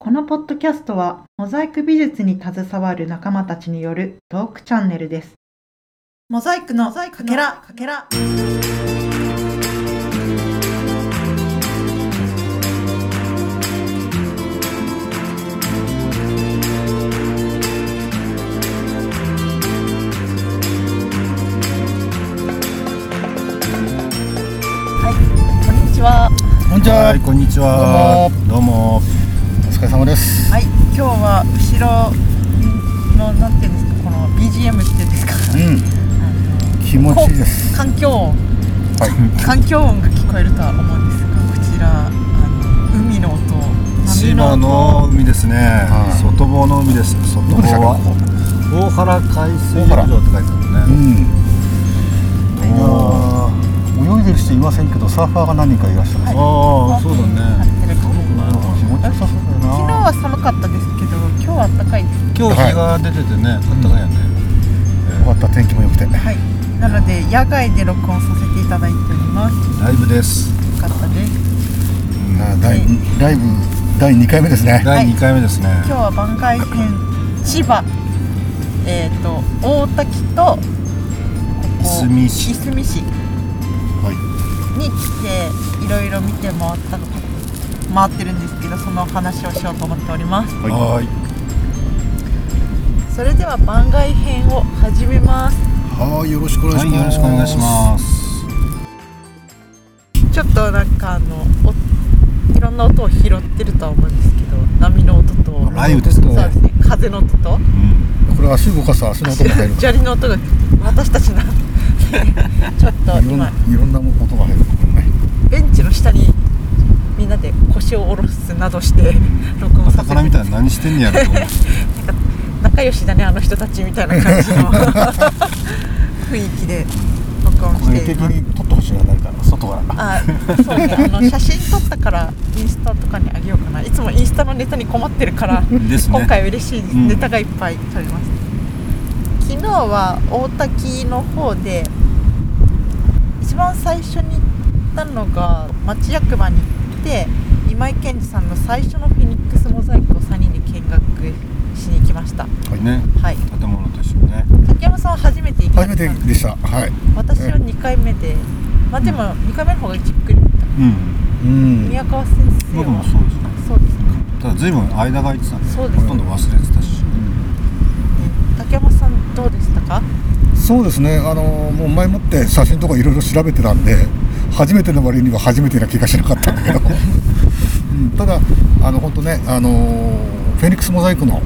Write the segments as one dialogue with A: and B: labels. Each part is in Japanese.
A: このポッドキャストはモザイク美術に携わる仲間たちによるトークチャンネルです。モザイクのかけらかけら。
B: こんにちは。
C: こんにちは。
D: はい、こんにちは。どうも。お疲れ様です。
B: はい、今日は後ろのなんていうんですか、この BGM っていうんですか、
D: うん、
B: あ
D: 気持ちいいです。
B: の環境音、
D: はい。
B: 環境音が聞こえるとは思うんですが、こちらあの海の音、
C: 千
B: 波の
C: 葉の
B: 音、
C: 海ですね、
D: はい
C: 外房の海です外
D: どこ
C: 房
D: でした
C: は
D: っけここ
C: 大原海水浴場って書いて
D: う
C: ある
D: ん。
C: ねあ
D: ああ、泳いでる人いませんけど、サーファーが何人かいらっしゃる。
C: ー
D: あ
C: あーそうだね
B: ね。
D: あ気持ちよさそう
B: 昨
D: だ
B: 日
D: よな。
B: は寒かったですけど、今日は暖かいです。
C: 今日日が出ててね、あったかいよね、
D: よかった、天気も良くて。
B: はい。なので野外で録音させていただいております。
C: ライブです
B: よかったです。
D: な第ライブ第二回目ですね。
C: 第2回目ですね、
B: 今日は番外編千葉えっ、と大多喜とここ
C: いすみ市
B: いすみ市
D: はい。
B: に来ていろいろ見て回ったの回ってるんですけどその話をしようと思っております
C: は
D: はい
B: それでは番外編を始めます
D: い。はい、よろしくお願い
C: は
D: し
C: い、よろ
D: ま
C: し
D: す。
C: くお願いします
B: ちょっとなんかあのおいろんな音を拾ってるとは思うんですけど波の音と
C: 雷雨ですね
B: そうですね風の音と。
C: うん
D: す。これ足動かすと足の音も入る
B: 砂利の音が私たちのちょっと
D: いろん
B: 今
D: いろんな音が入る。
B: ベンチの下にみんなで腰を下ろすなどして録音
C: 朝
B: させ
C: から見
B: て
C: たら何してんねやろと思って
B: 仲良しだねあの人たちみたいな感 じの雰囲気で録音
D: これ
B: して
D: 定
B: い
D: 期
B: ます
D: に撮ってほしいな誰かな外から。
B: あそうねあの写真撮ったからインスタとかにあげようかないつもインスタのネタに困ってるから
C: ですね
B: 今回嬉しいです、
C: うん
B: ネタがいっぱい撮れました昨日は大滝の方で一番最初に行ったのが町役場に行って今井健二さんの最初のフェニックスモザイクを3人で見学しに行きました
C: ね
B: はい
C: 建物と一緒にね
B: 竹山さんは初めて行きま
D: 初
B: し
D: めて
B: た
D: でした。はい。
B: 私は2回目でまあでも2回目の方がじっくり
C: うん
D: うん。
B: 宮川先生
C: 僕も
B: は
C: そうですね
B: そうですか
C: ただ随分間が空いてたんで
B: そうですね
C: ほとんど忘れてたし
B: 竹山さんどうでしたか
D: そうですね、あのもう前もって写真とかいろいろ調べてたんで、初めての割には初めてな気がしなかったんだけ ど、うん、ただ、あの本当ね、あのフェニックスモザイクのもう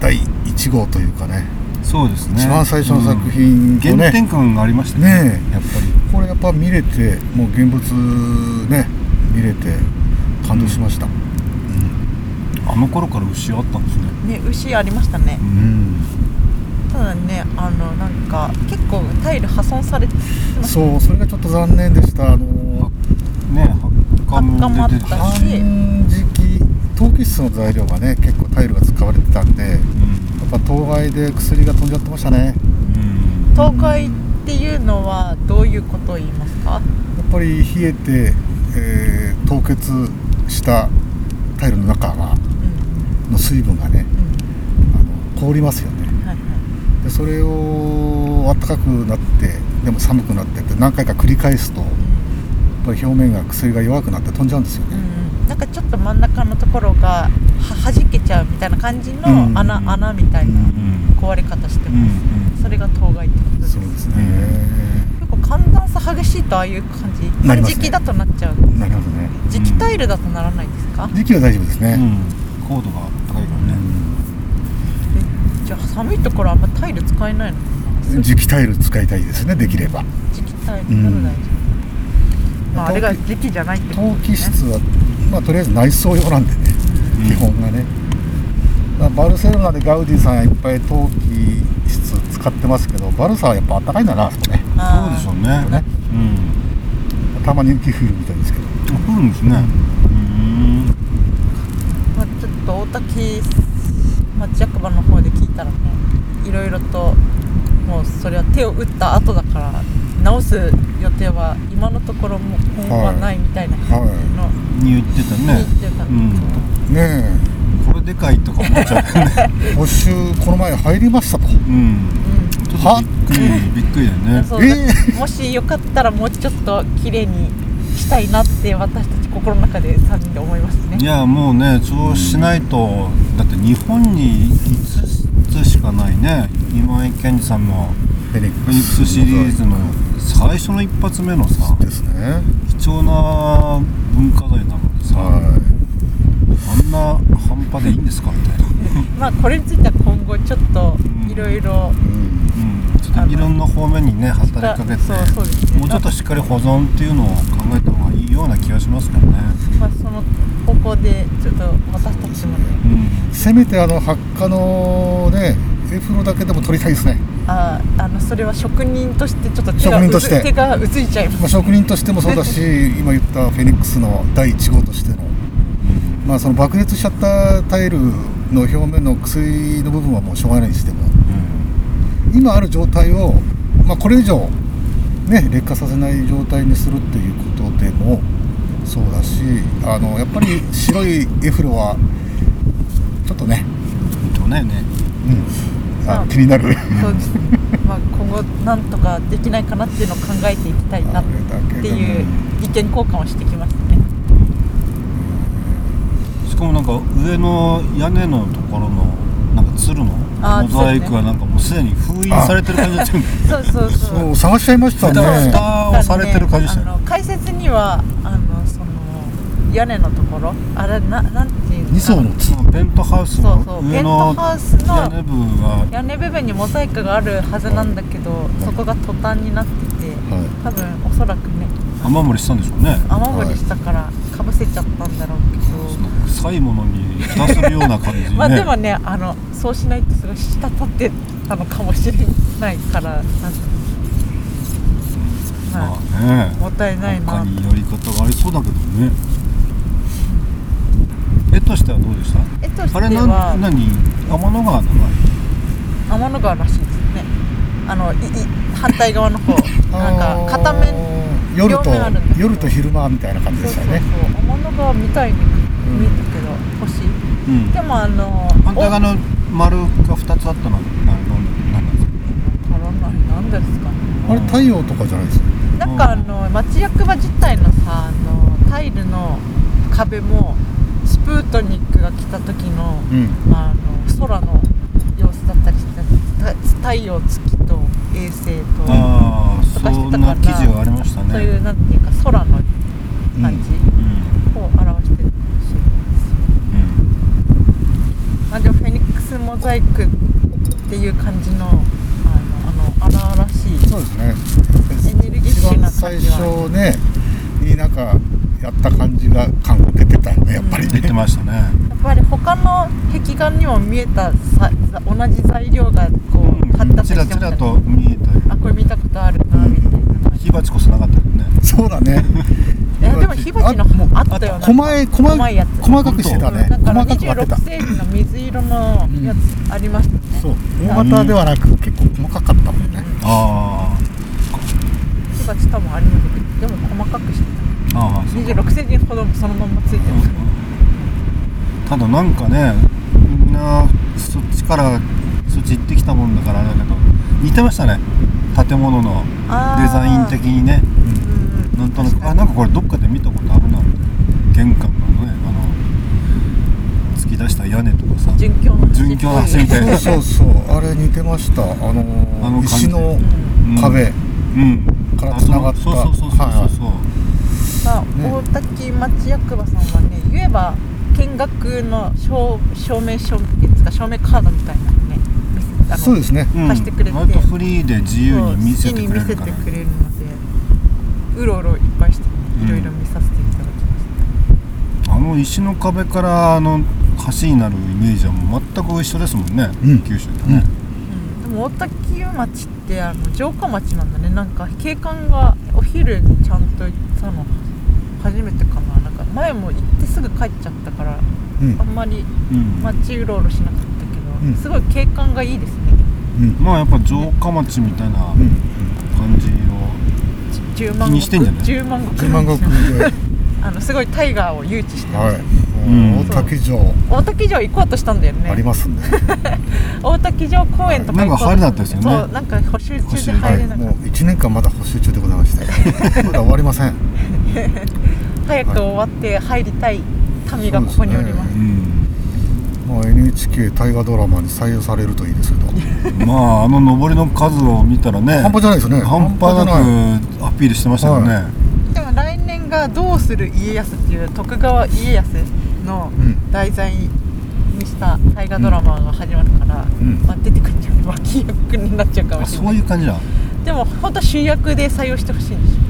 D: 第1号というかね、
C: そうですね
D: 一番最初の作品をね
C: うん原点感がありました
D: ね
C: やっぱり
D: これやっぱ見れて、もう現物ね、見れて、感動しました。
C: あの頃から牛あったんですね
B: ね牛ありましたね
D: うん
B: ただねあのなんか結構タイル破損されてます
D: そうそれがちょっと残念でした、あの
C: ねハッカ
B: ハッ
C: ム
B: カムあった
C: も出
B: して
C: た
D: 半
C: し、
D: 時期陶器室の材料がね結構タイルが使われてたんで
C: うん
D: やっぱ当該で薬が飛んじゃってましたね
C: うん
B: 倒壊っていうのはどういうことを言いますか
D: やっぱり冷えて、えー凍結したタイルの中が
B: うん
D: の水分がね
B: う
D: あの凍りますよね
B: んはいはい
D: でそれを暖かくなってでも寒くなってって何回か繰り返すとやっぱり表面が薬が弱くなって飛んじゃうんですよ
B: う
D: ね、
B: んうんなんかちょっと真ん中のところがはじけちゃうみたいな感じの
D: うん
B: 穴,、穴みたいな
C: うん
B: 壊れ方して
C: うん
B: ます、それが当該ってことです
D: そうですね、
B: 結構寒暖差激しいとああいう感じ
D: なりますね
B: 時期だとなっちゃう
D: なるほどね
B: 時期タイルだとならないですか、
D: 時期は大丈夫です
C: うんう
D: ね、
C: ん高度が高いからね
B: じゃあ寒いところあんまタイル使えないのかな
D: 時期タイル使いたいですねできれば
B: 時期タイルなら大丈夫、まあ、あれが時期じゃないってこと
D: 陶器
B: ですね
D: 室は、まあ、とりあえず内装用なんでね、
C: うん
D: 基本がねだからバルセロナでガウディさんいっぱい陶器室使ってますけどバルサはやっぱあったかいんだなあそこね
C: そうでしょうね
D: ね
C: うん
D: たまに雪降るみたいですけど
C: あ降るんですねうん
B: まあ、ちょっと大滝町役場の方で聞いたらねいろいろともうそれは手を打った後だから直す予定は今のところも今後はないみたいな感じの、
C: に言ってた
B: 言
C: ね
B: ってたんだけど、
C: うん
D: ね
C: これでかいとか思っちゃうよね
D: え募集この前入りましたと
C: うん
B: うん
C: ちょっとびっくりびっくりだよね
B: そう
D: え
B: もしよかったらもうちょっと綺麗にしたいなって私たち心の中で3人で思いますね
C: いやもうねそうしないとだって日本に5つしかないね今井健二さんの
D: フェニッ
C: 「
D: ク
C: フェニック
D: ス
C: ス」シリーズの最初の一発目のさ
D: ですね
C: 貴重な文化財なのにさ、
D: は
C: あんな半端でいいんですかみたいな、
B: まあこれについては今後ちょっといろいろ
D: い、うん、
C: うん、ちょっといろんな方面にね働きかけて
B: そうそうですね
C: もうちょっとしっかり保存っていうのを考えた方がいいような気がしますけどね、
B: まあその方向でちょっと私たちもね
C: うん、
D: せめてあの発火のねエフロだけでも取りたいですね、
B: あーあのそれは職人としてちょっと手が
D: 職
B: う
D: 人と
B: ず
D: して
B: 手がうずいちゃい
D: ま
B: ま
D: あ、
B: す
D: 職人としてもそうだ し今言ったフェニックスの第1号としてのまあその爆裂しちゃったタイルの表面の薬の部分はもうしょうがないにしても今ある状態を、まあ、これ以上、ね、劣化させない状態にするっていうことでもそうだしあのやっぱり白いエフロはちょっとね、
C: うん、去年ね
D: うん、あ
B: うん
D: 気になる。
B: そうですねまあ今後なんとかできないかなっていうのを考えていきたいなっていう意見交換をしてきましたね
C: しかもなんか上の屋根のところのなんか鶴の
B: あー
C: モザイクがなんかもうすでに封印されてる感じがするんだよね
B: そうそうそう
D: そう探しちゃいました
C: 蓋
D: ね。
C: 蓋をされてる感じでした
B: あ
C: よ
B: の解説にはあのその屋根のところあれななんていう
D: 二層の
C: そのペントハウスの
B: そうそう
C: 上の
B: ペントハウスの
C: 屋根部が
B: 屋根部分にモザイクがあるはずなんだけどそこが途端になってて
D: は
B: 多分おそらくね
C: 雨漏りしたんでしょうね
B: 雨漏りしたからかぶせちゃったんだろうけど、
C: その臭いものに蓋するような感じね
B: まあでもねあのそうしないとすごい滴ってたのかもしれないからなんかまあ
C: まあね
B: もったいない
C: 他
B: な
C: にやり方がありそうだけどね絵としてはどうでした
B: えとして
C: あれな
B: は
C: 何天の川の場合
B: 天の川らしいですねあのいい反対側 の方なんか片面そう
D: 面夜と
B: 両面あるんだけど
D: 夜と昼間みたいな感じ
B: そ
D: で
B: うそ
D: した
B: う
D: よね。
B: 天の川みたいに見えたけど、星
C: うん
B: でもあの
C: 反対側
B: わ
C: の丸が二つあったのは何なんですか
B: からないなんでですかね
D: あれ太陽とかじゃないです
B: な
D: か。
B: んかあの町役場自体のさあのタイルの壁もスプートニックが来た時の
D: うん。
B: あの空の様子だったりしてた太陽月と衛星と
C: ああ
B: とかしてた
C: そんな記事がありましたね
B: そういうなんていうか空の感じ
C: うん
B: を表してるかもしれないです
C: うん
B: まあ、でもフェニックスモザイクっていう感じのあのあの荒々しい
D: そうですね。
B: エネルギッシ
D: 一
B: ュな
D: 番
B: 感
D: 最
B: じは
D: 初ねになんかやった感じが感が出てたよねやっぱり
C: 出て
D: ね。
C: ましたね
B: やっぱり他の壁画にも見えたさざ同じ材料がこ
C: うん
B: う貼ったと
C: ち
B: して
C: ら
B: も
C: ちらと見えたり
B: あこれ見たことあるなみたいな
C: 火鉢こそなかったよね
D: そうだね。
B: えでも火鉢の
D: あもう
B: あったよな
D: 細い細
B: 細いや
D: い
B: つ
D: 細かくしてたね。
B: だ
D: 細
B: から
D: かく割ってた
B: 26。世紀の水色のやつありましたね、
D: そう大型ではなく結構細かかったもんね。
C: あー
B: 火鉢多分ありましたけどでも細かくして
C: あー
B: た
C: そうか
B: 26世紀ほどもそのまんまついてました
C: ただなんかねみんなそっちからそっち行ってきたもんだからあれだけど似てましたね建物の
B: あー
C: デザイン的にね
B: うんうん
C: なんとなくあなんかこれどっかで見たことあるなって玄関のねあの突き出した屋根とかさ
B: 殉教の橋
C: 殉教の橋みたいな
D: そうそうそうあれ似てました。あの
C: あの感じ
D: 石の
C: うん
D: 壁。
C: うん
D: から
C: あその
D: 繋がった
C: そうそうそうそう
D: はいはい
C: そう
B: まあ、
D: ね
B: 大滝町役場さんはね言えば見学の証証明書っていうんですか証明カードみたいなのね見せあの
D: そうですね。
C: うん
B: 貸してくれて
C: 割とフリーで自由に見せてくれる
B: そ
C: か
B: う好きに見せ
C: ら
B: てくれるのでうろうろいっぱいして、ね
C: うん
B: いろいろ見させていただきました
C: あの石の壁からあの橋になるイメージはもう全く一緒ですもんね、
D: うん
C: 九州とね、
B: うんでも大滝町ってあの城下町なんだねなんか景観がお昼にちゃんと行ったの初めてかななんか前も行ってすぐ帰っちゃったから
D: うん
B: あんまり
C: うん
B: 街うろうろしなかったけど、
D: うん
B: すごい景観がいいですね
D: うん
C: まあやっぱ城下町みたいな
D: うん。
C: 感じを、
B: 10万
C: 気にしてんじゃない
B: 10万石
D: 十万石で。
B: あのすごいタイガーを誘致してま
D: はい
B: し。
D: う
C: ん
D: 大竹城
B: 大滝城行こうとしたんだよね
D: ありますんで、
B: 大滝城公園とか行こうと
C: なんか入れなかったですよね
B: そうなんか補修中で
C: 補修
B: 入れなかっ
D: もう1年間まだ補修中でございましてまだ終わりません
B: た早く終わって入りたい民がここにおります
C: うん
D: まあ NHK 大河ドラマに採用されるといいですけど
C: まああの上りの数を見たらね
D: 半端じゃないですよね
C: 半
D: 半
C: 端
D: 端じゃい
C: なくアピールしてましたよね、
D: は
B: でも来年が「どうする家康」っていう徳川家康の
D: うん
B: 題材にした大河ドラマが始まるから、
D: うん
B: まあ、出てくるんじゃない脇役になっちゃうかも
C: あ
B: しれ
C: そ
B: な
C: う
B: い
C: いう感じだ、
B: でも本当は主役で採用してほしいんですよ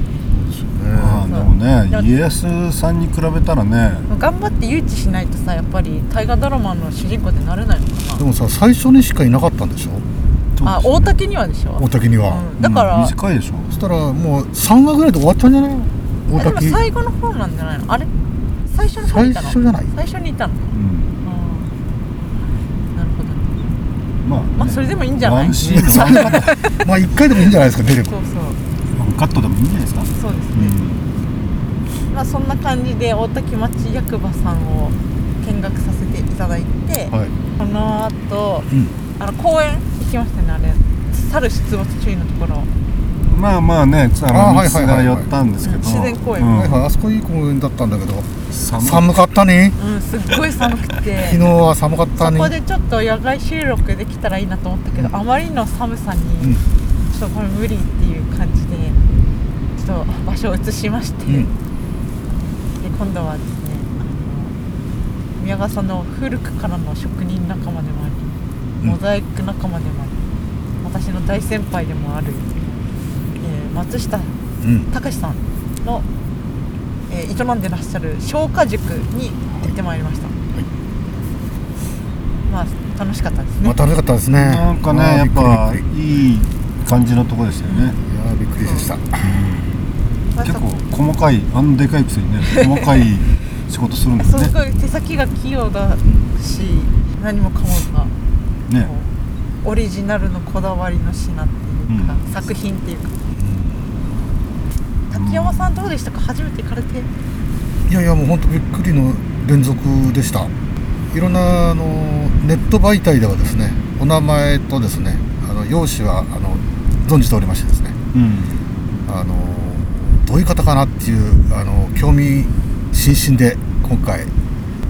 C: ああでもね家康さんに比べたらね
B: 頑張って誘致しないとさやっぱり大河ドラマの主人公ってなれないのか
D: でもさ最初にしかいなかったんでしょ
B: なあ大竹にはでしょ、
D: 大竹には、
B: うん、だから、
C: うん短いでしょ
D: そしたらもう3話ぐらいで終わっちゃうんじゃない大
B: でも
D: 滝
B: 最後の方なんじゃないのあれ最初の方にいたの
D: 最初じゃない
B: 最初にいたの
C: うん
B: うんなるほど
C: まあね
B: まあそれでもいいんじゃな
C: ワ
B: い
C: ンシーンのワン カット
D: まあ1回でもいいんじゃないですか出れば
B: そうそう
C: ワンカットでもいいんじゃないですか
B: そうですね、
C: うん
B: まあそんな感じで大滝町役場さんを見学させていただいて、
D: はい、
B: この後
D: うん、
B: あの公園行きましたねあれ猿出没注意のところ
C: まあまあねあ
D: あー
C: の
D: はいはい
C: 三つ
D: はいは
C: が
D: い
C: 寄ったんですけど
B: 自然公園
C: うん
D: はいはいあそこいい公園だったんだけど
C: 寒い
D: 寒かったね
B: うんすっごい寒くて
D: 昨日は寒かった
B: そこで
D: ね
B: ちょっと野外収録できたらいいなと思ったけど、
D: うん
B: あまりの寒さに、
D: うん
B: ちょっとこれ無理っていう感じでちょっと場所を移しまして、
D: うん
B: で今度はですねあの宮川さんの古くからの職人仲間でもあり、
D: うん
B: モザイク仲間でもあり私の大先輩でもある、えー松下
D: うん
B: 隆さんの、えー営んでらっしゃる消化塾に行ってまいりました、まあ楽しかったですね、
D: まあ楽しかったですね
C: なんかね
D: あー
C: やっぱ
D: びっくり
C: いい感じのとこでしたよね
D: びっくりいやーびっくりでした
B: まあ
C: 結構細かいあんでかいくせにね細 かい仕事するんです
B: す
C: ね
B: ごい手先が器用だし何もかもがこ
C: ね
B: うオリジナルのこだわりの品っていうか、
C: う
B: 作品っていうか滝山さんどうでしたか初めて行かれて
D: いやいやもう本当びっくりの連続でしたいろんなあのネット媒体ではですねお名前とですねあの容姿はあの存じておりましてですね
C: うん
D: あのどういう方かなっていうあの興味津々で今回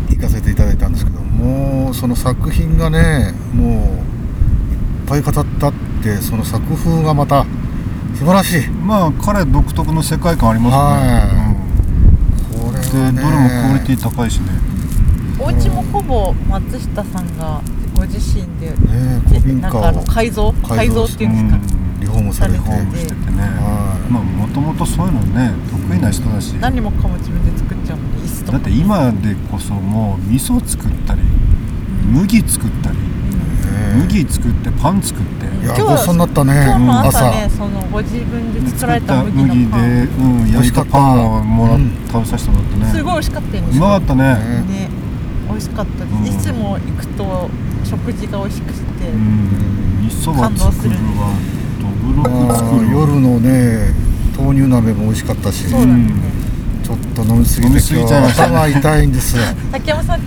D: 行かせていただいたんですけどもうその作品がねもういっぱい語ったってその作風がまた素晴らしい
C: まあ彼独特の世界観ありますよね
D: はこれ
C: う
D: は
C: んで
D: ね
C: どれもクオリティ高いしね
B: お家もほぼ松下さんがご自身で
D: ねえ古民
B: な
D: 家
B: んかあ
D: を
B: の改造改
D: 改
B: 造
D: 造
B: っ
D: して
B: ていうんですか、
D: リフォームされて
B: リフォーム
C: しててね
D: はい
C: まあもともとそういうのね得意な人だしだ
B: 何もかも自分で作っちゃうので椅子とか
C: って今でこそもう味噌作ったり麦作ったり麦作ってパン作って
D: い
B: 今
D: や
B: 日は
D: ごちそうになったね
B: 今日の朝ね
D: 朝
B: そのご自分で作
C: 作
B: られ
C: ったた
B: 麦の
C: 麦
B: パン
C: でうん
D: 美
C: 焼
D: 味
C: い
D: したかった
C: パンをもらっ
D: うん
C: 食べさせてもらって
B: すごい
C: ね
B: 美味しかったよね
C: うまかったね
D: ね
B: ね美味しかったです、
C: うん
B: いつも行くと食事が美味しくして、
C: うん味噌は
B: 感動す
C: 作
B: る
C: るわどぶろく
D: あ
C: 作
D: ー
C: るわ
D: 夜のね豆乳鍋も美味しかったしち
B: そうだね、
D: ょっと飲みすぎ
C: 飲み
D: て
C: すぎ
D: 今
C: ち
D: 日
C: ゃいましたね
D: 頭痛いんですよ
B: 竹山さんと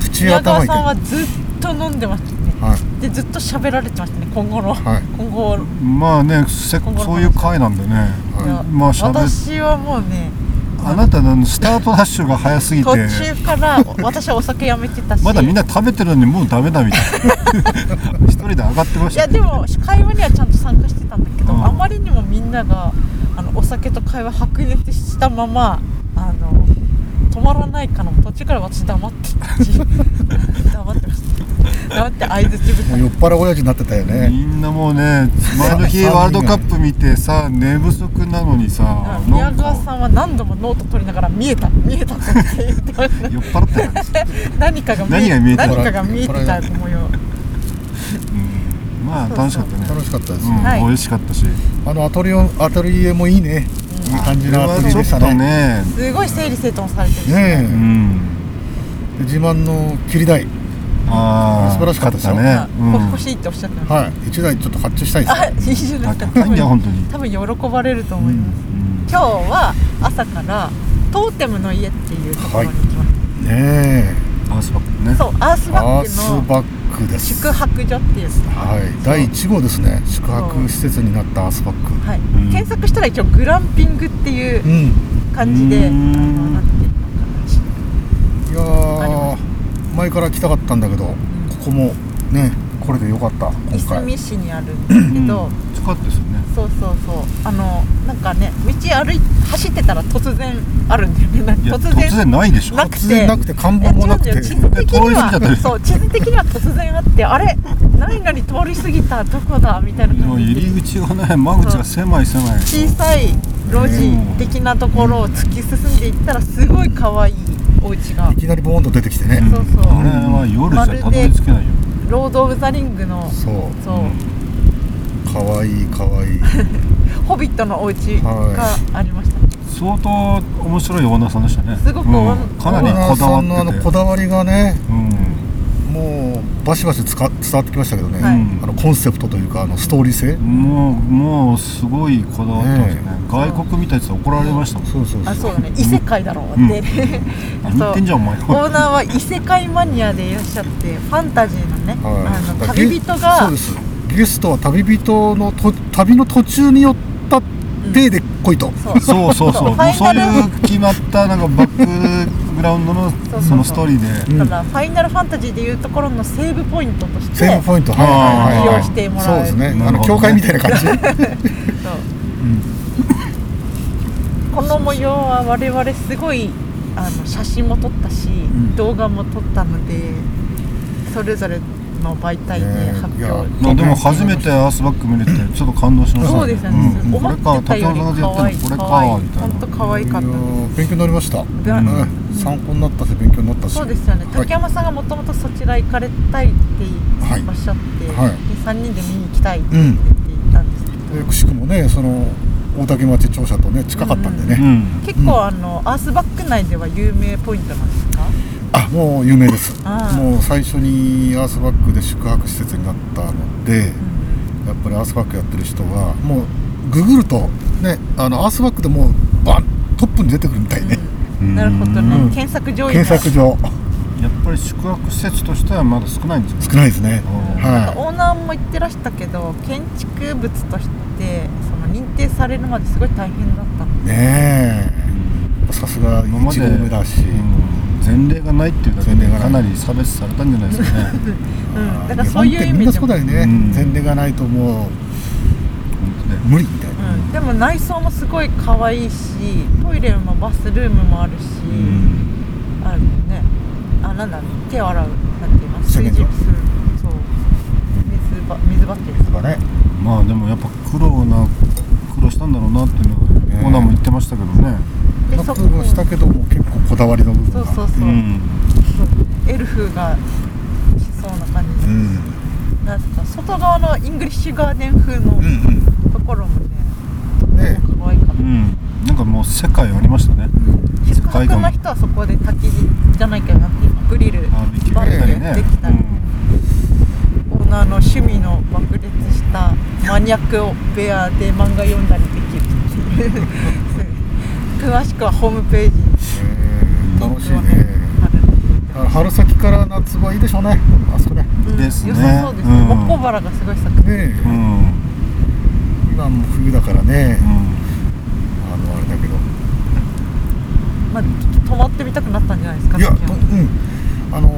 D: 口
B: 宮川
D: 頭痛
B: さんはいずっと飲んでましたね
D: はい
B: でずっと喋られてましたね今後の、
D: はい
B: 今後の
C: まあねせそういう回なんでね
B: いや
C: まあしゃべ
B: 私はもうね
C: あなたのスタートダッシュが早すぎて
B: 途中から私はお酒やめてたし
C: まだみんな食べてるのにもうダメだみたい な一人で上がってまし
B: い
C: た
B: やでも会話にはちゃんと参加してたんだけど、
C: うん
B: あまりにもみんながあのお酒と会話白熱したままあの止まらないから途中から私黙ってたし 黙ってました黙って相槌ぶっ
D: もう酔っ払う親父になってたよね
C: みんなもうね前の日
D: さ
C: ワールドカップ見てさ寝不足なのにさな
B: 宮
C: ん
B: 川
C: か
B: さんは何度もノート取りながら見えた見えたって言ってました
C: 酔っ払ってたんです、
B: 何かが
C: 何が見えた
B: 何かが見えてた模様
C: うん、まあ楽しかったね
D: 楽しかったです、
C: うん
B: はい
C: 美味しかったし
D: あのアトリオアトリエもいいねいい感じのア
C: あ
D: トリ
C: れ
D: エ
C: は
D: で
C: ち
D: し
C: ょ
D: た
C: っと
D: ね
C: ね
B: すごい整理整頓されてるし
C: う
D: ね
C: ん
D: え自慢の切り台
C: ああ
D: 素晴らしかったですよ
C: ね
B: あ
C: うん
B: 欲しいっておっしゃってました、
D: はい一台ちょっと発注したいです
B: あいいじゃないですか
C: 高いんだよ本当に
B: 多分喜ばれると思います、
C: うん
B: 今日は朝からトーテムの家っていうところに行きました、
D: ね
C: アースバックね
B: そうアース
D: え
B: バ
D: ア
B: ッ
D: ース
B: クの
D: バックです
B: 宿泊所っていう
D: はい第1号ですね宿泊施設になったアースバック
B: はい、
C: ん
B: 検索したら一応グランピングっていう
D: うん
B: 感じで、
C: う
B: あ
C: ーん
B: のなってるのかない
D: やー前から来たかったんだけどここもねこれでよかった
B: い
D: 今回
B: すみ市にあるんですけど、
C: うん近かったですよね
B: そうそうそうあのなんかね道歩い走ってたら突然あるんだよねなん
C: い
B: か
C: や
B: 突
C: 突
B: 然
C: 然ないでしょ
B: なく
D: 突然なくて看
B: い
D: 板
B: や違
D: も
B: う
D: なん
B: だ
D: くて
B: よ地図的に
C: 通り過ぎちゃった
B: は
C: ね
B: そう地図的には突然あってあれ何々通り過ぎたどこだみたいな
C: もう
B: 感じ
C: 入
B: で
C: り口がね間口が狭い狭い
B: 小さい路地的なところを突き進んでいったらすごい可愛いお家が
D: いきなりボーンと出てきてね、
C: ん
B: そうそう
C: あれは夜じゃたどり着けないよ
B: ロード・オブ・ザ・リングの
D: そう
B: そう、
D: かわいいかわいい
B: ホビットのお家がありました、
C: 相当面白いオーナーさんでしたね
B: すごく
C: うん
B: オー
C: かなりこだわってて
D: オーナーさんのあのこだわりがね
C: うん
D: もうバシバシつか伝わってきましたけどね、
B: はい
D: あのコンセプトというかあのストーリー性
C: もうもうすごいこだわってますね
D: ね
C: 外国みたいなやつは怒られましたもん
D: そうそうそう
B: あそうだね異世界だろ うって、
C: 何言ってんじゃんお前
B: オーナーは異世界マニアでいらっしゃってファンタジーのね、
D: はい、
B: あの旅人が
D: そうですゲストは旅人のと旅の途中に寄った体で来いと、
B: そう
C: そうそうそう
B: ファ
C: もう
B: イ
C: そ
B: ナ
C: う
B: ル
C: いう決まったなんかバックグラウンドの
B: そう
C: そのストーリーで
D: うん
B: だからファイナルファンタジーでいうところのセーブポイントとして
D: セーブポイント、はいはいはい
B: 利
D: は
B: 用
D: い、
B: してもらえる
D: そうですね、
C: な
D: あの
C: るほどね
D: 教会みたいな感じ、
B: そうこの模様は我々すごいあの写真も撮ったし、
D: ん
B: 動画も撮ったのでそれぞれの媒体で発
D: ねいや
B: 表、
C: まあでも初めてアースバック見れてちょっと感動しました
B: そうですよね、
C: うんこ
B: 思
C: れ
B: っ
C: か
B: てた
C: 竹
B: よ
C: 山
B: り
C: さんが
B: 可
C: やっ
B: 愛い可愛い
C: てるのこれかみたい
B: 本当可愛かった
D: いや
B: で
D: ー勉強になりました、
B: すだ
C: うん
D: ね参考になったし勉強になったし
B: そうですよね
D: はい
B: 竹山さんがもともとそちら行かれたいって言いらっしゃって、
D: はいは
B: で
D: い
B: 3人で見に行きたいって
D: うん
B: 言ったんですけど、
D: でくしくもねその大竹町庁舎とね近かったんでね、
C: うん
B: 結構あの、アースバック内では有名ポイントなんですか
D: あもう有名です
B: あー
D: もう最初にアースバックで宿泊施設になったので、やっぱりアースバックやってる人はもうググるとねあのアースバックでもうバントップに出てくるみたいね、
B: うんなるほどね、
D: うん
B: 検索上位
D: 検索上
C: やっぱり宿泊施設としてはまだ少ないんですよ
D: 少ないですね
B: なんかオ
D: は
B: ーナーも言ってらしたけど建築物としてその認定されるまですごい大変だった
D: いねえさすが
C: 今ま
D: 1
C: で
D: 合目だし、
C: うん前例がないっていうだけ
D: 前
C: で
D: 例がない
C: かなり差別されたんじゃないですかね
B: うん
D: あー
B: だからそういう意味でも
D: 日本ってみんなそうだよね、
C: うん
D: 前例がないともう無理みたいな、
B: うん、でも内装もすごい可愛いしトイレもバスルームもあるし、あるねあなんだ手を洗うなんていうの水
D: 洗面所
B: ジプスそう水ば水バッテリー
D: とかね
C: まあでもやっぱ苦労な苦労したんだろうなっていうのはオーナーも言ってましたけどね
B: で
D: タ
B: そ
D: ッ
B: こ
D: プをしたけども結構こだわりの部
B: そ
D: 分が
B: うそうそう、エルフがしそうな感じ
D: う
B: で、
D: ん
B: なんか外側のイングリッシュガーデン風の
D: うんう
B: ところもね、
D: んね
B: 可愛かっ
C: うんなんかもう世界ありましたね
B: た宿
C: 世界
B: 泊
C: 観
B: の人はそこで焚き火じゃないけどなんていうのグリル
C: バーベキュー
B: バー
C: や
B: ベ
C: っ
B: キュ
C: たり
B: ー
C: ね
B: できたり、オーナーの趣味の爆裂したマニアック部屋で漫画読んだりできるっていう そう詳しくはホームページに
D: えー楽しいね
B: 貼る
D: 春先から夏はいいでしょうねあそこね
B: うん
C: ですね
B: 良さそうです
C: う
B: ね
C: ん
B: モコバラがすごい咲く
D: ね
C: うんうん
D: え今もう冬だからね
C: うん
D: あのあれだけど
B: まあ、泊まってみたくなったんじゃないですか
D: いや
B: さっき
D: と
B: は
D: うんあの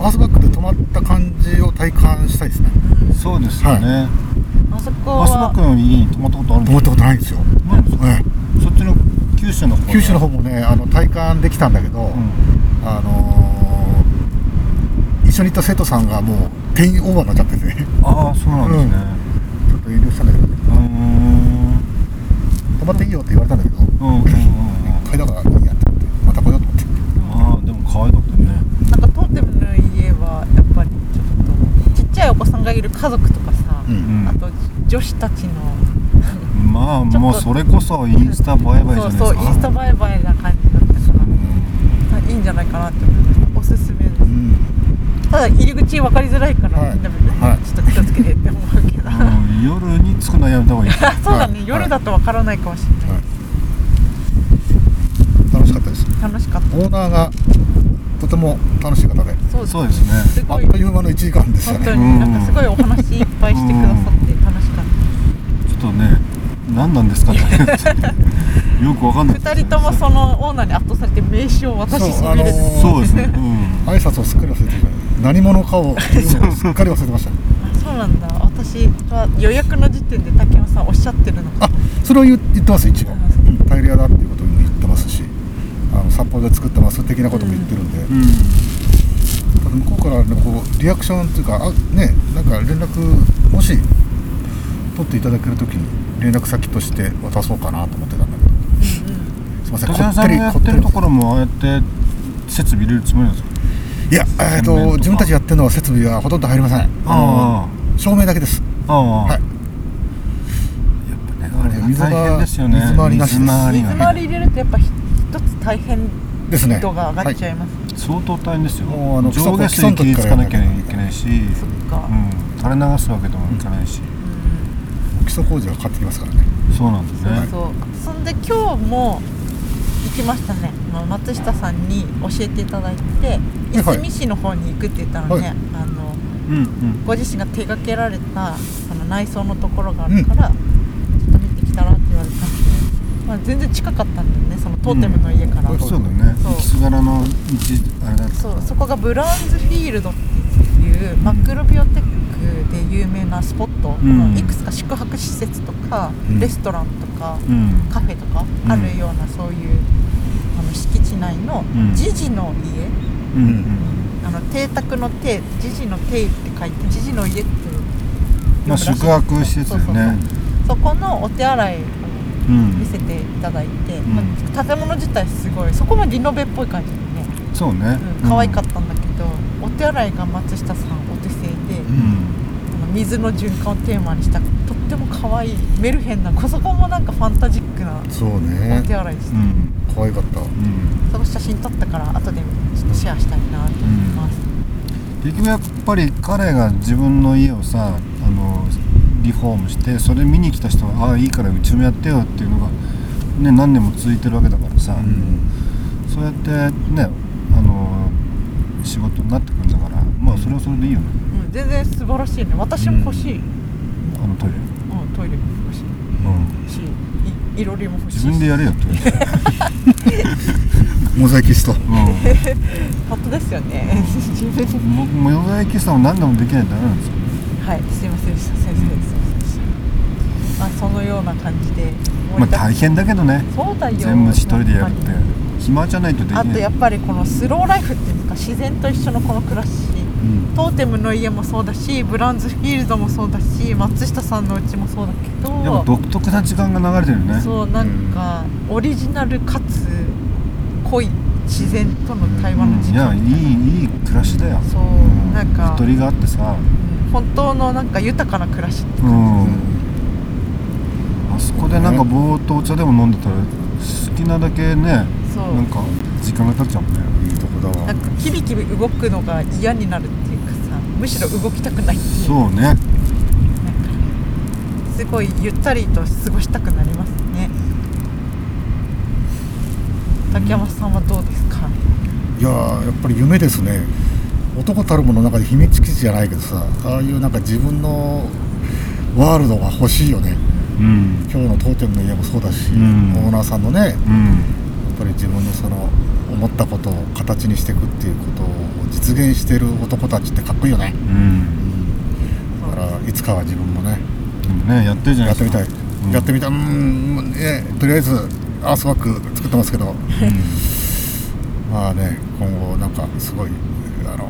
D: ーアースバックで泊まった感じを体感したいですね
C: そうですよね
B: あそこ
C: アースバック
B: は
C: の家に泊まったことあるん
D: 泊
C: で
D: ますったことないんですよ、
C: ないんですか
D: え
C: そっちの九州の方
D: え九州の方もねあの体感できたんだけど、
C: うん
D: あのー一緒に行った生徒さんがもう定員オーバーになっちゃってて ね
C: ああそうなんですね
D: ちょっと遠慮したんだけど
C: うーん
D: 泊まっていいよって言われたんだけど一
C: うんうんうんうん
D: 回だからいいやって言ってまた来ようと思って
C: ああでも可愛かったね
B: なんかトーテムの家はやっぱりちょっとちっちゃいお子さんがいる家族とかさ、
D: うん
C: うん
B: あと女子たちの
C: まあもうそれこそインスタ映え映えじゃない
B: そうそ
C: ですか
B: うインスタ映え映えな感じだったからいいんじゃないかなって思いましたおすすめです
D: うん
B: ただ入り口分かりづらいから、
D: はい
B: みんな別に
D: はい
B: ちょっと気をつけてって思うけど、
C: うん夜に着くのはやめた方がい い
B: そうだね、
D: はい
B: 夜だと分からないかもしれない、
D: 楽しかったです
B: 楽しかった
D: オーナーがとても楽しい方で
B: そう
C: そうですね
B: す
D: あ
B: ご
D: っ
B: い
D: という間の1時間ですよ
B: 本当
D: ね
B: になんかすごいお話いっぱいしてくださって楽しかっ
C: ちょっとね何なんですかねよくわかんない
B: た、二人ともそのオーナーに圧倒されて名刺を渡しそびれて
D: そうあの
C: そうですね、うん、
D: 挨拶をすっかり忘れてる何者かをすっかり忘れてました
B: あそうなんだ私は予約の時点で竹山さんおっしゃってるのか
D: あそれを言言ってます一応、
B: う
D: うんん、パエリアだっていうことも言ってますしあの札幌で作ってます的なことも言ってるんで、
C: うん、
D: ただ向こうからのこうリアクションというかあねなんか連絡もし取っていただけるときに連絡先として渡そうかなと思ってたんだけどすいません
C: 竹山さんがやってるところもああやって設備入れるつもりなんですか
D: いやえっ、
C: 洗面と
D: と
C: か
D: 自分たちやってるのは設備はほとんど入りません
C: あ
D: の照明だけです
C: あああ、
D: はい
C: やっぱね
D: あ
C: あ
D: れ
C: れ
D: が
C: が
D: 水が
C: 大変ですよね
D: 水回りなしです
C: 水回り
B: 水
C: が
B: 回
C: ね
B: り入れるとやっぱ一つ大変
D: ですね
B: 度が上がっちゃ
D: はい
B: ます、
C: 相当大変ですよ
D: もうあの
C: 上下水気ぃつかなきゃいけないし、
B: そっ
C: う
B: か、
C: ん、垂れ流すわけでもいかないし、
B: う
D: い基礎工事がかかってきますからね
C: そうなんですね
B: ん、そうそうそんで今日も行きましたねまあ松下さんに教えていただいてい
D: はい
B: すみ市の方に行くって言ったので、
D: はい
B: あの
C: うんうん
B: ご自身が手掛けられたその内装のところがあるから、ちょっと見てきたらって言われたんで、まあ、全然近かったんだよねそのトーテムの家から、
D: うん
C: そうだね
B: そう
C: 行きすがらの道あれだった
B: そうそこがブラウンズフィールドっていうマクロビオテックで有名なスポット、
C: うん
B: いくつか宿泊施設とか、
D: うん
B: レストランとか、
C: うん
B: カフェとかあるような、そういうあの敷地内の
C: うん
B: ジジの家、
C: うんうん
B: あの邸宅の邸ジジの邸って書いてジジの家っていう
C: まあ宿泊施設だよね
B: そうそうそうそこのお手洗いを
C: うん
B: 見せていただいて、
C: ん
B: まあ建物自体すごいそこもリノベっぽい感じでね、
C: そうね
B: うん、可愛かったんだけど、お手洗いが松下さんお手製で、
C: うんうん
B: あの水の循環をテーマにしたとっても可愛いメルヘンなそこもなんかファンタジックな
D: そう
B: お
D: ね
B: 手洗いでした、
C: うん
D: 可愛かった
C: うん
B: その写真撮ったから後でちょっとシェアしたいなと思います、
C: 結局やっぱり彼が自分の家をさあのリフォームしてそれ見に来た人はああいいからうちもやってよっていうのが、ね、何年も続いてるわけだからさ、
D: うん
C: そうやってねあの仕事になってくんだからまあそれはそれでいいよね
B: うん全然素晴らしいね私も欲しい、うん
C: あのトイレ、
B: トイレも欲しいしいいろりも欲しいし
C: 自分でやれよトイレ、
D: モザイキスト
C: う
B: 本当ですよね自分で
C: ん、僕もヨザエキスさんも何でもできないとダメなんですよ
B: はい、すいませんでした、先生、すいませんでした。まあ、そのような感じで。
C: まあ大変だけどね
B: そうだよ。
C: 全部一人でやるって
B: やっぱ
C: 暇じゃないとでき
B: り
C: な
B: あ
C: い
B: と、やっぱり、このスローライフっていうんですか、自然と一緒のこの暮らし。
D: うん
B: トーテムの家もそうだし、ブラウンズフィールドもそうだし、松下さんの家もそうだけ
C: やっ
B: ど。
C: ぱ独特な時間が流れてるよね
B: そう、なんか、オリジナルかつ。濃い自然との対話の時間。
C: うんいやいいいい暮らしだよ
B: そうなんか
C: ゆとりがあってさ、
B: うん本当のなんか豊かな暮らしって
C: う
B: 感
C: んあそこでなんかぼーっとお茶でも飲んでたら好きなだけね
B: じ。そう。
C: なんか時間が経っちゃうもんね
D: いいとこだわ
B: なんかキビキビ動くのが嫌になるっていうかさむしろ動きたくないっていう
C: そうね
B: なんかすごいゆったりと過ごしたくなりますね竹山さんはどうですか、
D: いやーやっぱり夢ですね男たるもの中で秘密基地じゃないけどさああいうなんか自分のワールドが欲しいよね
C: うん
D: 今日の当店の家もそうだし、
C: うん
D: オーナーさんのねやっ
C: うん
D: ぱり自分のその思ったことを形にしていくっていうことを実現してる男たちってかっこいいよね
C: うん
D: だからいつかは自分もね
C: でもねやってるじゃな
D: やっ
C: い
D: て
C: で
D: み
C: すか
D: たい、やってみたいうん、ね、とりあえずアースワーク作ってますけど
C: みたい、
D: まあね今後なんかすごいあの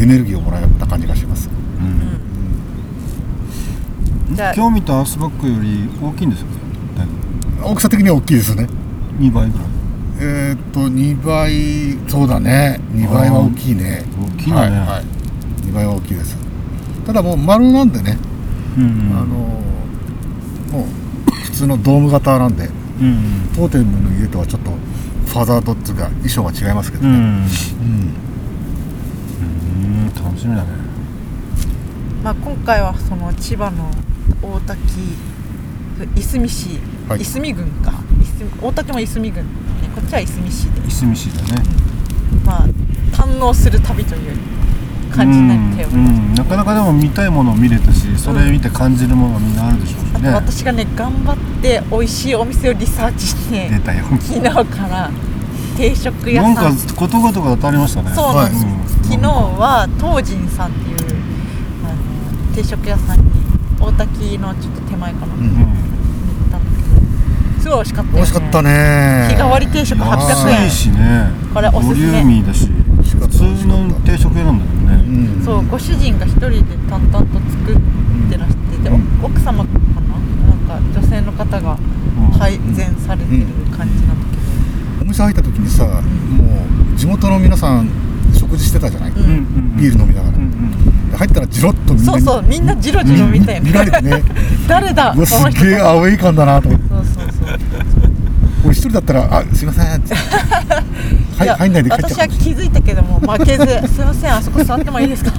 D: エネルギーをもらった感じがします
C: うんうん
B: うん、じゃあ
C: 今日見たアースバッグより大きいんですよだいぶ
D: 大きさ的には大きいですね
C: 2倍ぐらい
D: えーっと2倍そうだね2倍は大きいね
C: あー大きいね
D: はいはい、2倍は大きいですただもう丸なんでね、
C: うん
D: あのーもう普通のドーム型なんで
C: うん
D: 当店の家とはちょっとファザードっていうか衣装が違いますけど
C: う
D: ね、う
C: ん
D: ん
C: うん楽しみだね
B: まあ、今回はその千葉の大滝いすみ市、
D: はい
B: いすみ郡かいすみ大滝もいすみ郡、ね、こっちはいすみ市で
C: いすみ市だね
B: まあ反応する旅という感じになっており
C: うん
B: ます、
C: うんなかなかでも見たいものを見れたしそれ見て感じるものがみんなあるでしょうし
B: あと
C: ね、
B: 私がね頑張って美味しいお店をリサーチして
C: 出たよ
B: 昨日から定食屋
C: なん
B: さ
C: か
B: ん
C: ことごとく当たりましたね
B: そうなんですよ、
C: はい
B: 昨日は東仁さんっていうあの定食屋さんに大滝のちょっと手前かな、
D: う
C: うんん
B: 行ったんだけどすごい美味しかったよ、ね、
D: 美味しかったね
B: 日替わり定食800
C: 安い
B: 円
C: しね
B: これおすすめ
C: ボリューミーだし
D: しかった
C: 普通の定食屋なんだよ
D: う
C: ね、
D: ん
B: そうご主人が一人で淡々と作ってらしてて、
D: うん
B: お奥様かななんか女性の方が
C: うん
B: 配膳されてる感じなんだ
D: お店入った時にさもう地元の皆さん食事してたじゃない、
B: け
C: う
B: ど、
C: ん
B: う
C: うん
B: ん
C: うん
D: ビール飲みながら、
C: うん
D: 入ったらじろっとみんな
B: そうそうみんなジロジロ見たよね
D: 見られ てね
B: 誰だ
D: うわす
B: この人
D: げえアウェイ感だなと思って
B: そうそうそう
D: 俺一人だったら「あすい ません」ってはいい
B: や
D: 入んないで帰っち
B: 私
D: ゃ
B: は
D: うかもしれない
B: 気づいたけども負けず「すいませんあそこ座ってもいいですか?」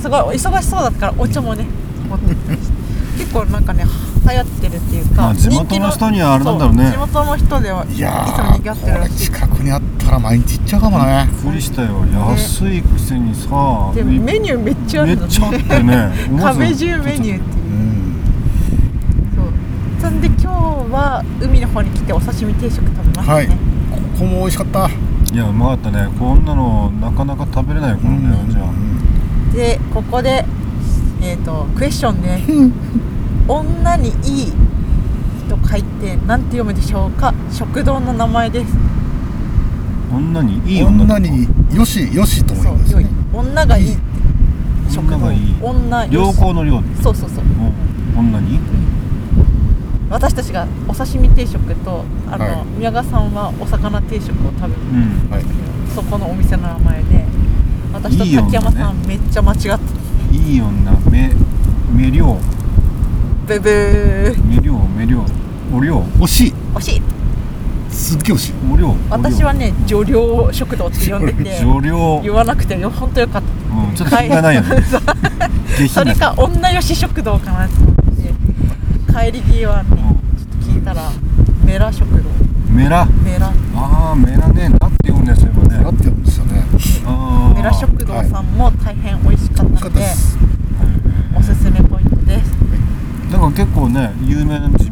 B: すごいお忙しそうだったからお茶もね持ってったりして結構なんかね流行ってるっていうか、
C: まあ地元の
B: 人気
C: 人にはあれなんだろうね
B: そ地元の人ではいい
D: や
B: つもにぎわってる
D: ーこ
B: ら
D: れ
B: しい
D: 近くにあったら毎日行っちゃうかもね
C: びっくりしたよ安いくせにさ
B: でもメニューめっちゃあ
C: め
B: る
C: っ
B: の
C: ちゃあった よね思わず
B: 壁中メニューっていううんそうそんで今日は海の方に来てお刺身定食食べました
D: はいこ
B: ね、
D: こも美味しかった
C: いやうまかったねこんなのなかなか食べれないよこの値段じゃ
B: でここでえっ、とクエスチョン ね女にいいと書いてなんて読むでしょうか食堂の名前です
C: 女にいい女
D: 女によしよしと思います
B: 良い
D: ね
B: 女がいい食堂
C: 女がいい
B: 女よ
C: 良
B: し
C: 好の量です
B: そうそうそう
C: うん女に
B: 私たちがお刺身定食とあの、
D: はい
B: 宮川さんはお魚定食を食べる
C: うん
D: はい
B: そこのお店の名前で私と
C: いいよ
B: 滝山さんめっちゃ間違ってた
C: いい女めめりょう
B: ブブー
C: めりょうめりょうおりょう
D: 惜しい
B: 惜しい
D: すっげえ惜しい
C: おりょう
B: 私はね女寮食堂って呼んでて
C: 女量
B: 言わなくてよ本当よかっ
C: うんちょっと品がな いよね下
B: たそ
C: 品だ
B: れ
C: ね
B: か女よし食堂かなって思って帰り際にちょっと聞いたらメラ食堂
C: メラ
B: メラ
C: ああメラねなって読むんですよ今
D: なっ
C: ね
D: てるんですよね
C: あー
B: メラ食堂さんも大変美味しかっ
D: 美
B: た
D: 味しか
B: ので
D: ったです
B: おすすめポイントです
C: だから結構ね有名な地も来るでし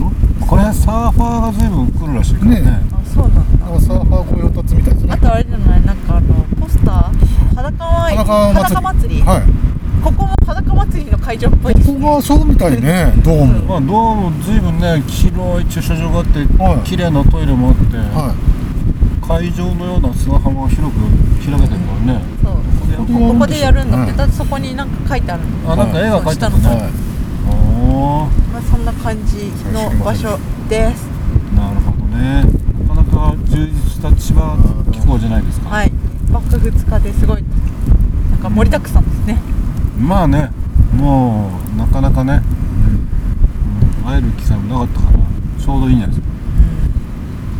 C: ょこの辺サーファーが随分来るらしいからね
D: ね
B: あそうなんだ
D: なんかサーファー御用達みたいです
B: あ
D: ね
B: とあれじゃないなんかあのポスター裸は裸祭り、
D: はい
B: ここも裸祭りの会場っぽいです
D: ここがそうみたいねドーム
C: まあ、どうも随分ね広い駐車場があって、
D: はい
C: 綺麗なトイレもあって、
D: はい
C: 会場のような砂浜を広く開けてるからね、
B: そう
C: ここ
B: ここでやるんだって、
D: うん
B: だってそこになんか書いてあるの、
C: あなんか絵が描いてある
B: そう下の
C: ね
D: は
C: おー
B: まあ、そんな感じの場所です
C: なるほどねなかなか充実した千葉気候じゃないですか、
B: はい一泊二日ですごいなんか盛りだくさんですね
C: まあねもうなかなかね、うん会える機会もなかったからちょうどいいんじゃないですか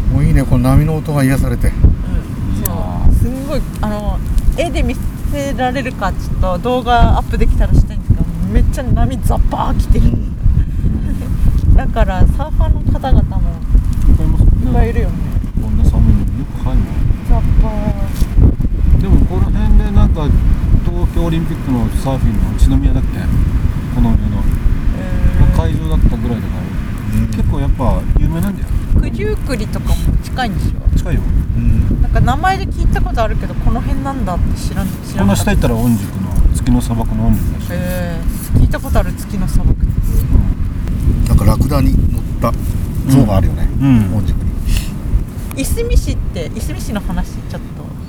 D: いもういいねこの波の音が癒されて
B: うん
C: いや
B: そうすんごいあの絵で見せられるかちょっと動画アップできたらしたいんですけどめっちゃ波ザッパー来てるだからサーファーの方々も
C: いっぱいいます
B: い
C: も
B: っ
C: ん
B: ぱいい
C: ね
B: るよね
C: こんな寒いのによく入るの
B: ザッパー
C: でもこの辺でなんか東京オリンピックのサーフィンの宇都宮だっけこの上の
B: え
C: 会場だったぐらいだから結構やっぱ有名なんだよ
B: ー九十九里とかも近いんでしょ
C: 近いよ
D: うん
B: なんか名前で聞いたことあるけどこの辺なんだって知らん知
C: こ
B: ら
C: ん
B: なか
C: な
B: っ
C: 下
B: た
C: 行ったら御宿の月の砂漠の御宿だし、
B: えー、聞いたことある月の砂漠って
D: なんかラクダに乗った像があるよね
C: うん
D: 本宿に
B: いすみ市っていすみ市の話ちょっと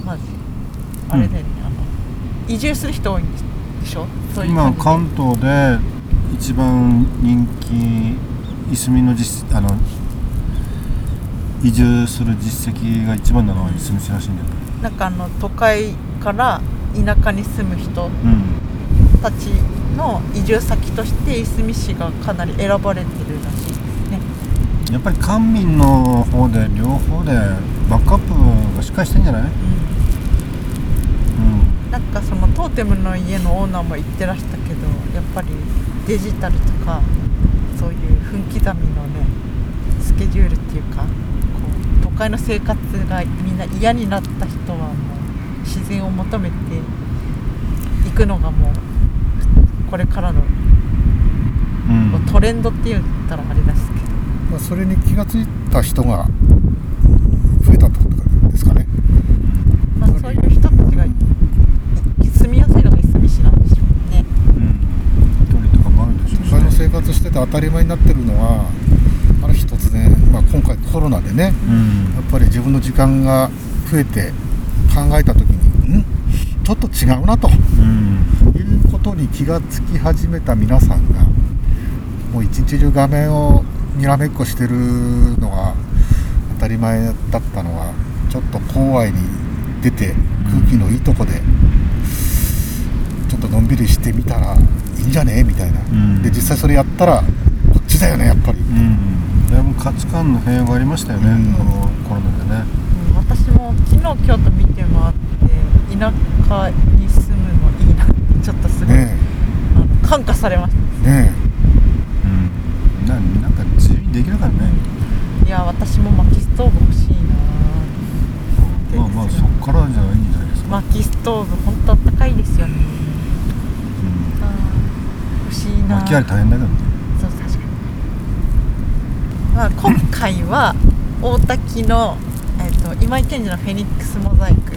B: まずあれだよね、あの移住する人多いんでしょそういう
C: 今
B: 感じ
C: 関東で一番人気いすみの実あの移住する実績が一番なのはいすみ市らしいんだよね
B: なんかあの都会から田舎に住む人
C: うん
B: たちの移住先としていすみ市がかなり選ばれてるらしいですね
C: やっぱり官民の方で両方でバックアップがしっかりしてんじゃない、うん、
B: なんかそのトーテムの家のオーナーも言ってらしたけどやっぱりデジタルとかそういう分刻みのねスケジュールっていうかこう都会の生活がみんな嫌になった人はもう自然を求めていくのがもうこれからの
C: うん
B: トレンドって言ったらあれですけど
D: まあ、それに気がついた人が増えたってことですかね。
B: まあ、そういう人たちが住みやすいのがいすみ市なんでしょうね。
C: うん距離とかもあるでしょうし
D: 他の生活してて当たり前になってるのはある日突然、まあ、今回コロナでね
C: うん
D: やっぱり自分の時間が増えて考えた時にんちょっと違うなと
C: うん
D: いうことに気がつき始めた皆さんがもう一日中画面をにらめっこしてるのが当たり前だったのはちょっと郊外に出て空気のいいとこでちょっとのんびりしてみたらいいんじゃねみたいな、
C: ん
D: で実際それやったらこっちだよねやっぱり、
C: うんだいぶ価値観の変容がありましたよね、
D: うん
C: このコロナでね
B: うん私も昨日京都見て回って田舎に住むのいいなってちょっとすごい、
D: ね
B: あの感化されまし
D: えね
C: うんななんか自由にできなかったね、
B: たいや私も薪ストーブ欲しいな
C: まあまあそっからじゃないんじゃないですか、
B: 薪ストーブ本当あったかいですよね
C: うん
B: 欲しいな
C: 巻きあり大変だけどね
B: そう確かに、まあ、今回は大滝の、えっと今井賢治の「フェニックスモザイク」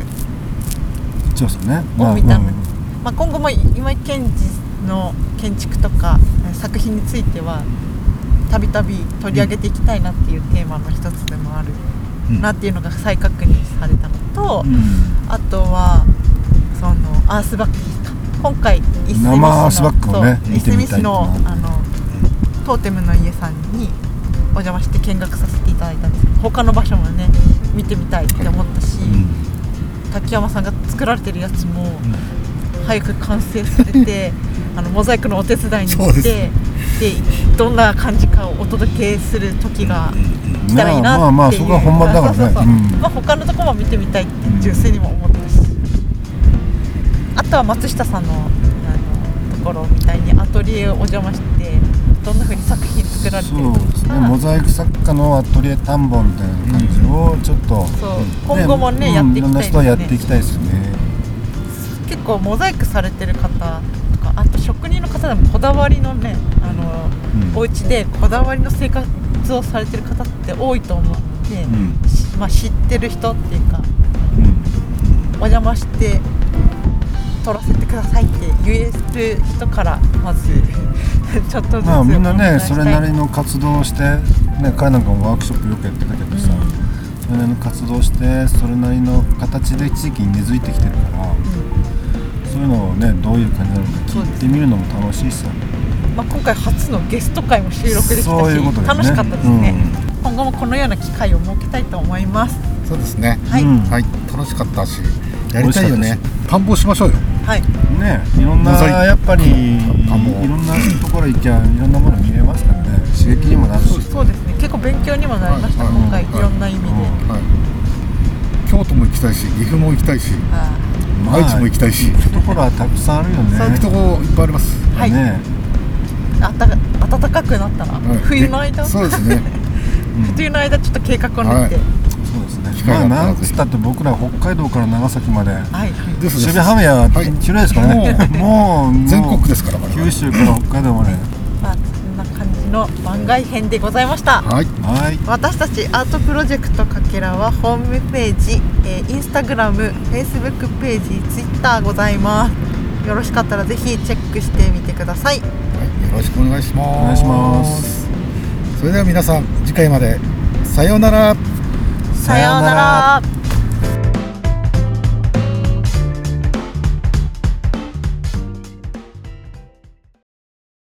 C: そうですね
B: を見たの、
C: うん
B: まあ、今後も今井賢治の建築とかえー作品についてはたびたび取り上げていきたいなっていうテーマの一つでもある
D: うん
B: なっていうのが再確認されたのと、
C: うん
B: あとはそのアースバックか今回いすみ市の
C: 生アースバックをね
B: そう
C: 見てみたい
B: いすみ市の
C: な
B: あのトーテムの家さんにお邪魔して見学させていただいたんですけど他の場所もね見てみたいって思ったし、滝山さんが作られてるやつも早く完成され てあのモザイクのお手伝いに
D: そう
B: 行
D: で
B: っ
D: す
B: てでどんな感じかをお届けする時が
C: うん
B: 来たらいいなっていう、
C: まあまあそこが本番だからね
B: そうそうそう
C: うん
B: まあ、他のとこも見てみたいって純粋にも思ったし、あとは松下さんのあのところみたいにアトリエをお邪魔してどんな風に作品作られてる
C: そう
B: の
C: ですね
B: か
C: モザイク作家のアトリエ田んぼみたいな感じをちょっと、
B: そう
C: ね
B: 今後もね
C: うん
B: やっていきたいですね
C: ろんな人はやっていきたいですよね
B: 結構モザイクされてる方とかあと職人の方でもこだわりのねあの、
C: うん
B: お家でこだわりの生活をされてる方って多いと思うので、
C: うん
B: しまあ、知ってる人っていうかお邪魔して撮らせてくださいって言える人からまず ちょっとずつ
C: まあみんな
B: お願
C: ね
B: いした
C: そ
B: い
C: れなりの活動をして、ね、彼なんかもワークショップよくやってたけどさ、それなりの活動をしてそれなりの形で地域に根付いてきてるから、そういうのをねどういう感じなのか聞いてみるのも楽しいしさ、
B: まあ、今回初のゲスト会も収録できたし
C: そういうことですね
B: 楽しかったですね、今後もこのような機会を設けたいと思います
D: そうですね、
B: はい、
C: うん
D: はい楽しかったしやりたいよね探訪しましょうよ
B: はい
C: ねいろんな
D: モザイク
C: やっぱり
D: あもう
C: いろんなところ行きゃいろんなもの見れますからね刺激にもなるし、
B: そうですね結構勉強にもなりました、
D: はい
B: 今回、
D: はい
B: い、ろんな意味で、
C: う
D: はい、京都も行きたいし岐阜も行きたいし
B: あ
C: まあ
D: 愛知も行きたいし
C: 行くところはたくさんあるよね
D: 行くとこいっぱいあります、
B: ーはい、
C: ね、
B: あた暖かくなったら、
D: はい
B: 冬の間
D: でそうですね
C: うん
B: 冬の間ちょっと計画を練って、
C: そうですね
D: 機
C: ま
D: 会
C: あ
D: があったら
C: なんつったって僕ら北海道から長崎まで
B: はい、
D: です
C: 守備ハムヤは
D: はい
C: 広いですからね、もうもう
D: 全国ですから我々
C: 九州から北海道まで
B: まあ、そんな感じの番外編でございました、
D: はい
C: はい
B: 私たちアートプロジェクトかけらはホームページ、えーインスタグラム、フェイスブックページ、ツイッターございます。よろしかったらぜひチェックしてみてください。
D: はいよろしくお願いします
C: お願いします
D: それでは皆さん次回までさようなら
B: さようなら。